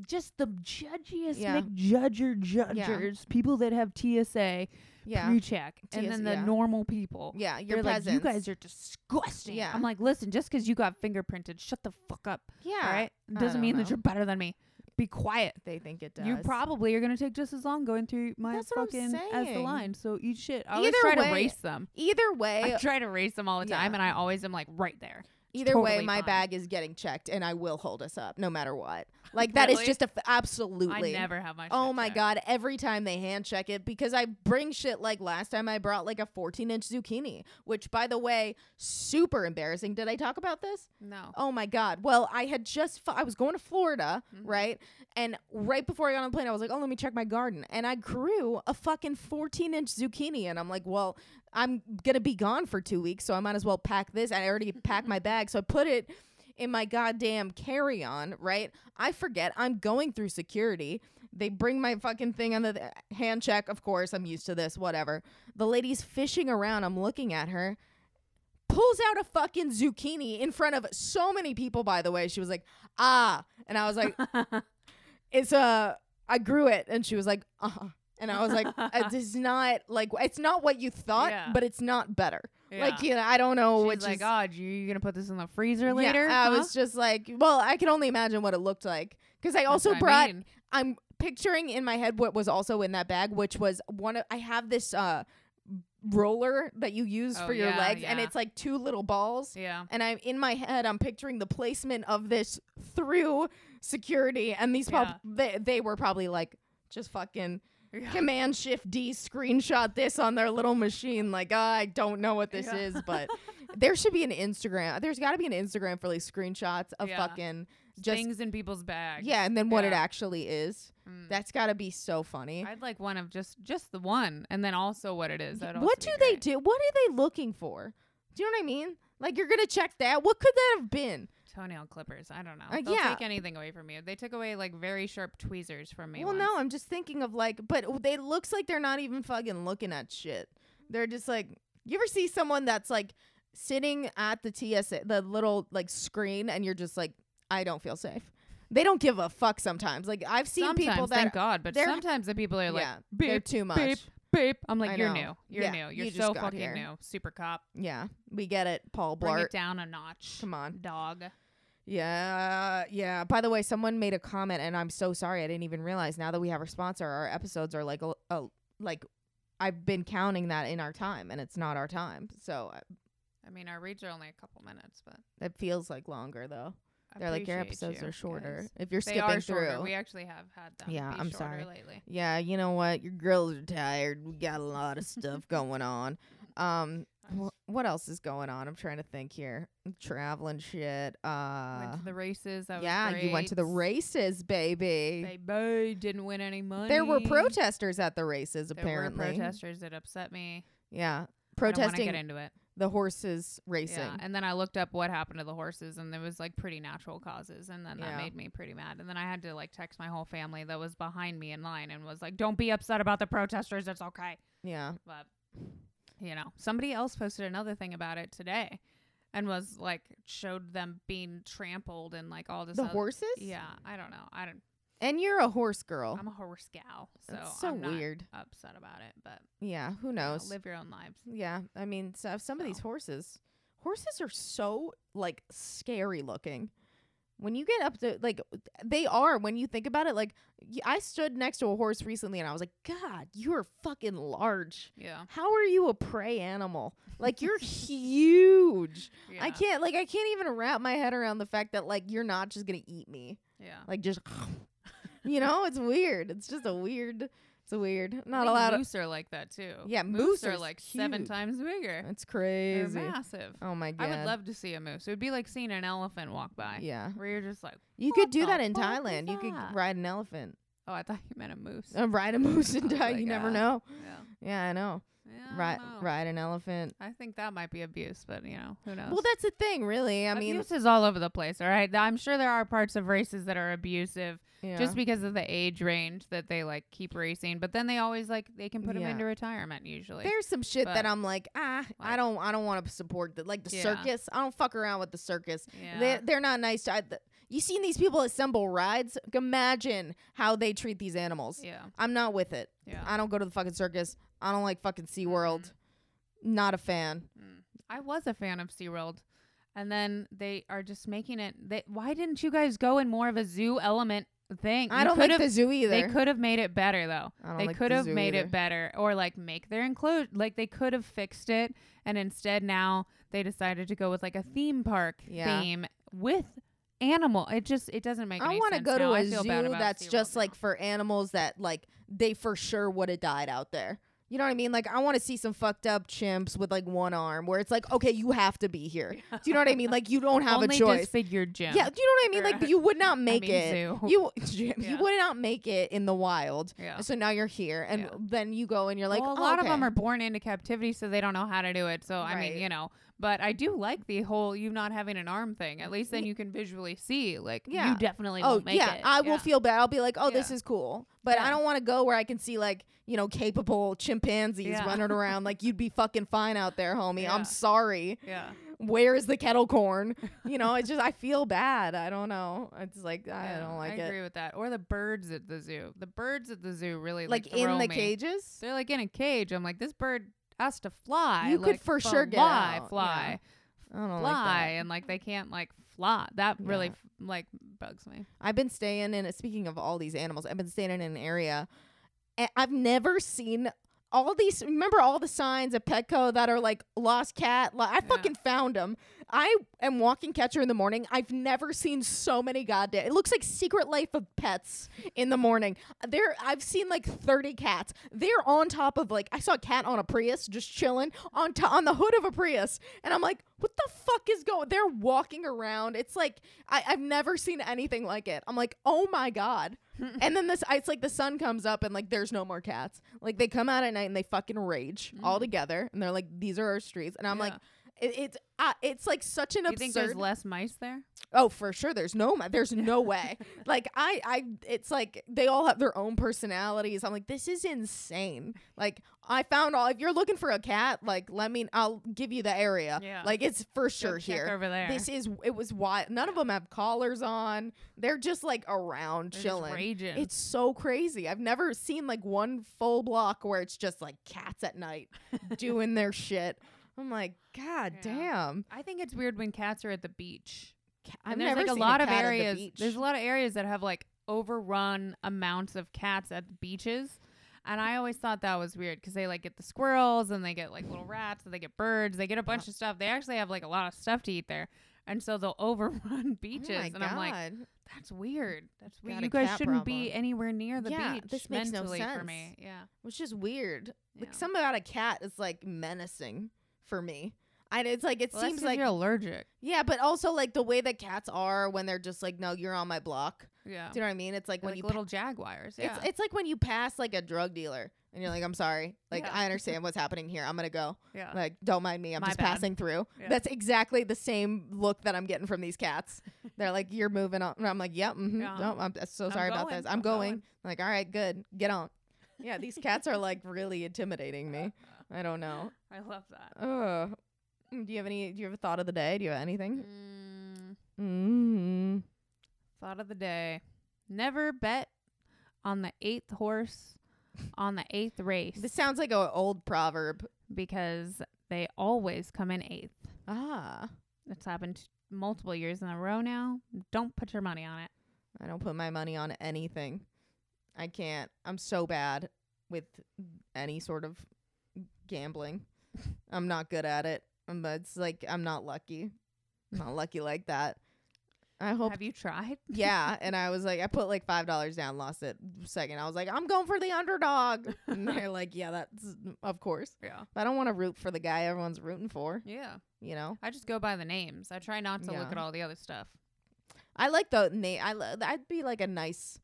B: Just the judgiest
A: Yeah.
B: McJudger judgers, people that have TSA
A: yeah,
B: pre-check, and
A: TS
B: then the
A: yeah.
B: normal people.
A: yeah.
B: They're
A: Your presence.
B: like, you guys are disgusting.
A: Yeah.
B: I'm like, listen, just because you got fingerprinted, shut the fuck up.
A: yeah.
B: All right,
A: I
B: doesn't
A: don't
B: mean
A: know.
B: that you're better than me. Be quiet.
A: They think it does.
B: You probably are gonna take just as long going through my
A: That's what I'm
B: fucking as the
A: saying.
B: line. So eat shit. I
A: Either
B: always try
A: way-
B: to race them.
A: Either way,
B: I try to race them all the
A: Yeah.
B: time, and I always am like right there.
A: either way,
B: totally
A: my
B: fine.
A: bag is getting checked, and I will hold us up no matter what. Like that is
B: Really?
A: just a f- absolutely.
B: I never have my.
A: Oh
B: shit
A: my
B: checked.
A: god! Every time they hand check it, because I bring shit like last time I brought like a 14 inch zucchini, which by the way, super embarrassing. Did I talk about this?
B: No.
A: Oh my god. Well, I had just fu- I was going to Florida, right? And right before I got on the plane, I was like, "Oh, let me check my garden." And I grew a fucking 14-inch zucchini and I'm like, "Well, I'm going to be gone for 2 weeks, so I might as well pack this." And I already packed my bag, so I put it in my goddamn carry-on, right? I forget I'm going through security. They bring my fucking thing on the th- hand check, of course. I'm used to this, whatever. The lady's fishing around. I'm looking at her pulls out a fucking zucchini in front of so many people by the way she was like ah and i was like it's a i grew it and she was like uh and i was like it is not like it's not what you thought
B: Yeah.
A: but it's not better like
B: Yeah.
A: you know, i don't know
B: She's
A: which
B: like,
A: is
B: oh, you you gonna put this in the freezer
A: Yeah,
B: later? Uh-huh.
A: i was just like well i can only imagine what it looked like because i also
B: what I
A: brought
B: mean.
A: i'm picturing in my head what was also in that bag which was one of i have this uh roller that you use
B: Oh,
A: for your
B: yeah,
A: legs and
B: yeah.
A: it's like two little balls
B: yeah.
A: and I'm in my head, I'm picturing the placement of this through security, and these pop they, they were probably like just fucking command shift D screenshot this on their little machine. Like "Ah, I don't know what this
B: Yeah.
A: is, but there should be an Instagram. There's got to be an Instagram for like screenshots of
B: Yeah.
A: fucking just
B: Things in people's bags.
A: yeah, and then what it
B: Yeah.
A: actually is.
B: Mm.
A: That's got to be so funny.
B: I'd like one of just just the one, and then also what it is. That'd
A: What
B: also
A: do
B: be
A: they
B: great.
A: do? What are they looking for? Do you know what I mean? Like you're gonna check that. What could that have been?
B: Toenail clippers. I don't know.
A: Uh,
B: They'll
A: yeah.
B: take anything away from you. They took away like very sharp tweezers from me.
A: Well,
B: once.
A: no, I'm just thinking of like, but w- they looks like they're not even fucking looking at shit. They're just like, you ever see someone that's like sitting at the TSA, the little like screen, and you're just like, I don't feel safe. They don't give a fuck sometimes. Like I've seen
B: sometimes,
A: people
B: thank
A: that,
B: God, but
A: they're-
B: sometimes the people are like,
A: yeah, they're
B: beep,
A: too much.
B: beep, beep. I'm like,
A: I
B: you're
A: know.
B: new, you're
A: Yeah,
B: new,
A: you
B: you're
A: just
B: so
A: got
B: fucking
A: here.
B: new, super cop.
A: Yeah, we get it, Paul
B: Bring
A: Blart.
B: it down a notch.
A: Come on.
B: dog.
A: Yeah, yeah. By the way, someone made a comment, and I'm so sorry. I didn't even realize. Now that we have our sponsor, our episodes are like, a, a, like, I've been counting that in our time, and it's not our time. So uh,
B: I mean, our reads are only a couple minutes, but
A: it feels like longer though.
B: I
A: They're like your
B: appreciate
A: episodes
B: you
A: are shorter
B: guys.
A: if you're
B: They
A: skipping
B: are
A: through.
B: shorter. We actually have had them.
A: Yeah,
B: be
A: I'm
B: shorter
A: sorry.
B: Lately,
A: yeah, you know what? Your girls are tired. We got a lot of stuff going on. Um, wh- what else is going on? I'm trying to think here. Traveling shit.
B: went
A: Uh,
B: to the races. That was
A: yeah, you went to the
B: great.
A: races, baby.
B: They boo, didn't win any money.
A: There were protesters at the races,
B: There were
A: apparently.
B: protesters that upset me.
A: Yeah.
B: I don't want to
A: Protesting
B: get into it.
A: the horses racing.
B: Yeah, and then I looked up what happened to the horses, and there was like pretty natural causes, and then
A: Yeah.
B: that made me pretty mad. And then I had to like text my whole family that was behind me in line and was like, "Don't be upset about the protesters. It's okay."
A: yeah.
B: But you know, somebody else posted another thing about it today, and was like showed them being trampled and like all this.
A: The
B: other-
A: horses?
B: Yeah, I don't know. I don't.
A: And you're a horse girl.
B: I'm a horse gal, so
A: Oh. That's so
B: I'm not
A: weird.
B: upset about it. But
A: yeah, who
B: you know,
A: knows?
B: live your own lives.
A: Yeah, I mean, so some of these
B: So.
A: horses, horses are so like scary looking. When you get up to like they are when you think about it like y- I stood next to a horse recently and I was like god you are fucking large.
B: Yeah.
A: How are you a prey animal? Like you're huge. I
B: Yeah.
A: can't like I can't even wrap my head around the fact that like you're not just going to eat me.
B: Yeah.
A: Like just you know, it's weird. It's just a weird it's a weird.
B: I
A: Not
B: think
A: allowed.
B: Moose are like that too.
A: Yeah,
B: moose,
A: moose
B: are
A: is
B: like seven
A: huge.
B: times bigger.
A: It's
B: They're
A: crazy.
B: massive.
A: Oh my god.
B: I would love to see a moose. It would be like seeing an elephant walk by.
A: Yeah.
B: Where you're just like,
A: You
B: What
A: could do
B: the
A: that in
B: fuck is
A: Thailand. You could
B: that?
A: ride an elephant.
B: oh, I thought you meant a moose.
A: Uh, ride a moose in
B: I was
A: Thai.
B: like,
A: you never
B: uh,
A: know.
B: yeah.
A: Yeah, I know.
B: yeah
A: Ride,
B: I, don't know.
A: ride an elephant.
B: I think that might be abuse, but you know, who knows?
A: Well, that's the thing, really. I mean,
B: abuse is all over the place. All right. I'm sure there are parts of races that are abusive
A: yeah.
B: just because of the age range that they like keep racing, but then they always like, they can put
A: Yeah.
B: them into retirement usually.
A: there's some shit that
B: but,
A: I'm like, ah, I
B: like-
A: don't, I don't want to support that. Like the
B: Yeah.
A: circus, I don't fuck around with the circus.
B: yeah.
A: They, they're not nice to. I, th- you seen these people assemble rides? Imagine how they treat these animals.
B: yeah.
A: I'm not with it.
B: Yeah.
A: I don't go to the fucking circus. I don't like fucking SeaWorld. Not a fan.
B: I was a fan of SeaWorld. And then they are just making it. They, why didn't you guys go in more of a zoo element thing?
A: I
B: You
A: don't
B: could
A: like
B: have-
A: the zoo either.
B: They could have made it better though.
A: I don't
B: They
A: like the
B: could have
A: zoo
B: made
A: either.
B: it better or like make their enclosure like they could have fixed it and instead now they decided to go with like a theme park
A: Yeah.
B: theme with animal. It just it doesn't make
A: I
B: any
A: want to
B: sense
A: go
B: now.
A: to
B: I
A: a
B: feel bad
A: zoo
B: about
A: that's
B: SeaWorld
A: just
B: now.
A: like for animals that like they for sure would have died out there. You know what I mean? Like I want to see some fucked up chimps with like one arm where it's like, okay, you have to be here. Do you know what I mean? Like you don't have
B: Only
A: a choice.
B: disfigured Jim.
A: Yeah, do you know what I mean?
B: Or
A: Like
B: a-
A: you would not make
B: mean
A: it.
B: zoo.
A: You gym, you
B: Oh. Yeah.
A: would not make it in the wild.
B: Yeah.
A: So now you're here, and
B: Yeah.
A: then you go and you're like,
B: well, a
A: "Oh,
B: lot
A: okay."
B: of them are born into captivity, so they don't know how to do it. So I
A: Right.
B: mean, you know, but I do like the whole you not having an arm thing. At least then you can visually see, like,
A: Yeah.
B: you definitely
A: Oh
B: won't make
A: yeah,
B: it.
A: I will feel bad. I'll be like, oh, this
B: Yeah.
A: is cool, but I
B: Yeah.
A: don't want to go where I can see like you know capable chimpanzees
B: Yeah.
A: running around. Like you'd be fucking fine out there, homie.
B: Yeah.
A: I'm sorry.
B: Yeah,
A: Where is the kettle corn? You know, it's just I feel bad. I don't know. It's like I
B: Yeah,
A: don't like
B: I
A: it.
B: agree with that. Or the birds at the zoo. The birds at the zoo really
A: Like
B: like,
A: in
B: throw
A: the
B: me.
A: cages.
B: They're like in a cage. I'm like, this bird has to fly.
A: You could
B: like,
A: for sure get
B: fly,
A: out,
B: fly,
A: I don't like
B: fly,
A: that.
B: and like they can't like fly. That really
A: Yeah.
B: f- like bugs me.
A: I've been staying in. Speaking of all these animals, I've been staying in an area. a- I've never seen all these. Remember all the signs at Petco that are like lost cat. Lo- I fucking found them. I am walking catcher in the morning. I've never seen so many goddamn. It looks like Secret Life of Pets in the morning. There, I've seen like thirty cats. They're on top of like I saw a cat on a Prius just chilling on to- on the hood of a Prius, and I'm like, what the fuck is going? They're walking around. It's like I, I've never seen anything like it. I'm like, oh my god. and then this, it's like the sun comes up and like there's no more cats. Like they come out at night and they fucking rage all together, and they're like, these are our streets. And I'm like, it, it's uh, it's like such an
B: You
A: absurd.
B: think there's less mice there?
A: oh, for sure. There's no ma- there's no way. like I I it's like they all have their own personalities. I'm like this is insane. Like I found all. If you're looking for a cat, like let me. I'll give you the area.
B: Yeah.
A: Like it's for sure
B: check
A: here
B: over there.
A: This is it was wild. None of them have collars on. They're just like around
B: They're just
A: chilling.
B: raging.
A: It's so crazy. I've never seen like one full block where it's just like cats at night doing their shit. I'm like, God
B: Yeah.
A: damn.
B: I think it's weird when cats are at the beach.
A: Ca-
B: And
A: I've
B: there's
A: never
B: like a
A: seen
B: lot of
A: cat at the
B: areas.
A: beach. Oh
B: There's a lot of areas that have like overrun amounts of cats at the beaches. And I always thought that was weird because they like get the squirrels and they get like little rats and they get birds. They get a bunch of stuff. They actually have like a lot of stuff to eat there. And so they'll
A: Oh
B: overrun beaches. and I'm like, that's weird. That's
A: Got
B: weird.
A: a
B: You guys
A: cat
B: shouldn't be
A: problem.
B: anywhere near the
A: Yeah,
B: beach
A: this makes no
B: mentally for
A: sense.
B: me. Yeah.
A: which is weird. Like
B: Yeah.
A: something about a cat is like menacing for me. And it's like it
B: Well, that's
A: seems
B: 'cause
A: like
B: you're allergic.
A: yeah, but also like the way that cats are when they're just like, no, you're on my block.
B: Yeah.
A: Do you know what I mean? It's like
B: They're
A: when
B: like
A: you
B: little jaguars. Yeah.
A: It's it's like when you pass like a drug dealer and you're like, I'm sorry. Like
B: Yeah.
A: I understand what's happening here. I'm gonna go.
B: yeah.
A: Like, don't mind me. I'm
B: My
A: just
B: bad.
A: passing through.
B: Yeah.
A: That's exactly the same look that I'm getting from these cats. They're like, You're moving on and I'm like, Yep, mhm.
B: Yeah.
A: no, I'm so
B: I'm
A: sorry about
B: going.
A: this. I'm,
B: I'm
A: going.
B: going."
A: Like, all right, good. Get on. Yeah, these cats are like really intimidating me. I don't know.
B: I love that.
A: Ugh. Mm, Do you have any do you have a thought of the day? Do you have anything?
B: Mm.
A: Mm.
B: Thought of the day. Never bet on the eighth horse on the eighth race
A: This sounds like an old proverb.
B: because they always come in eighth.
A: Ah.
B: It's happened multiple years in a row now. Don't put your money on it.
A: I don't put my money on anything. I can't. I'm so bad with any sort of gambling. I'm not good at it. Um, but It's like I'm not lucky. I'm not lucky like that. I hope.
B: Have you tried?
A: yeah, and I was like, I put like five dollars down, lost it second. I was like, I'm going for the underdog, and they're like, Yeah, that's of course.
B: Yeah.
A: I don't want to root for the guy everyone's rooting for.
B: Yeah.
A: You know,
B: I just go by the names. I try not to
A: Yeah.
B: look at all the other stuff.
A: I like the name. I li- that'd be like a nice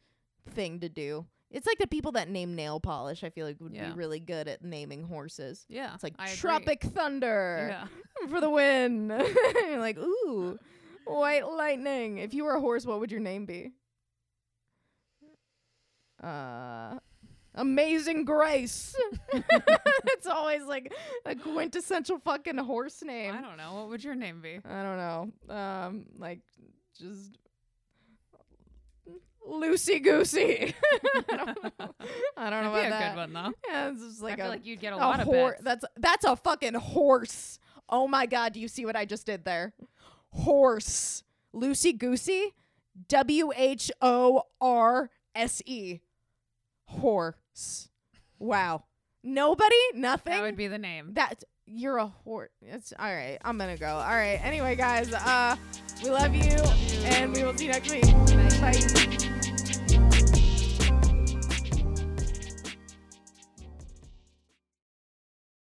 A: thing to do. It's like the people that name nail polish. I feel like would
B: Yeah.
A: be really good at naming horses.
B: Yeah.
A: It's like
B: I agree.
A: Tropic Thunder
B: Yeah.
A: for the win. You're like ooh, White Lightning. If you were a horse, what would your name be? Uh, Amazing Grace. it's always like a quintessential fucking horse name.
B: I don't know. What would your name be?
A: I don't know. Um, like just loosey goosey. I don't know. I don't know
B: That'd
A: about
B: be a
A: that.
B: good one though.
A: Yeah, it's just like
B: I
A: a,
B: feel like you'd get a, lot of
A: hor-
B: bets.
A: That's that's a fucking horse. Oh my god, do you see what I just did there? Horse. Loosey goosey. W H O R S E. Horse. Wow. Nobody? Nothing?
B: that would be the name.
A: That's you're a whore. It's all right. I'm gonna go. All right. Anyway, guys, uh, we love you, and we will see you next week. Bye.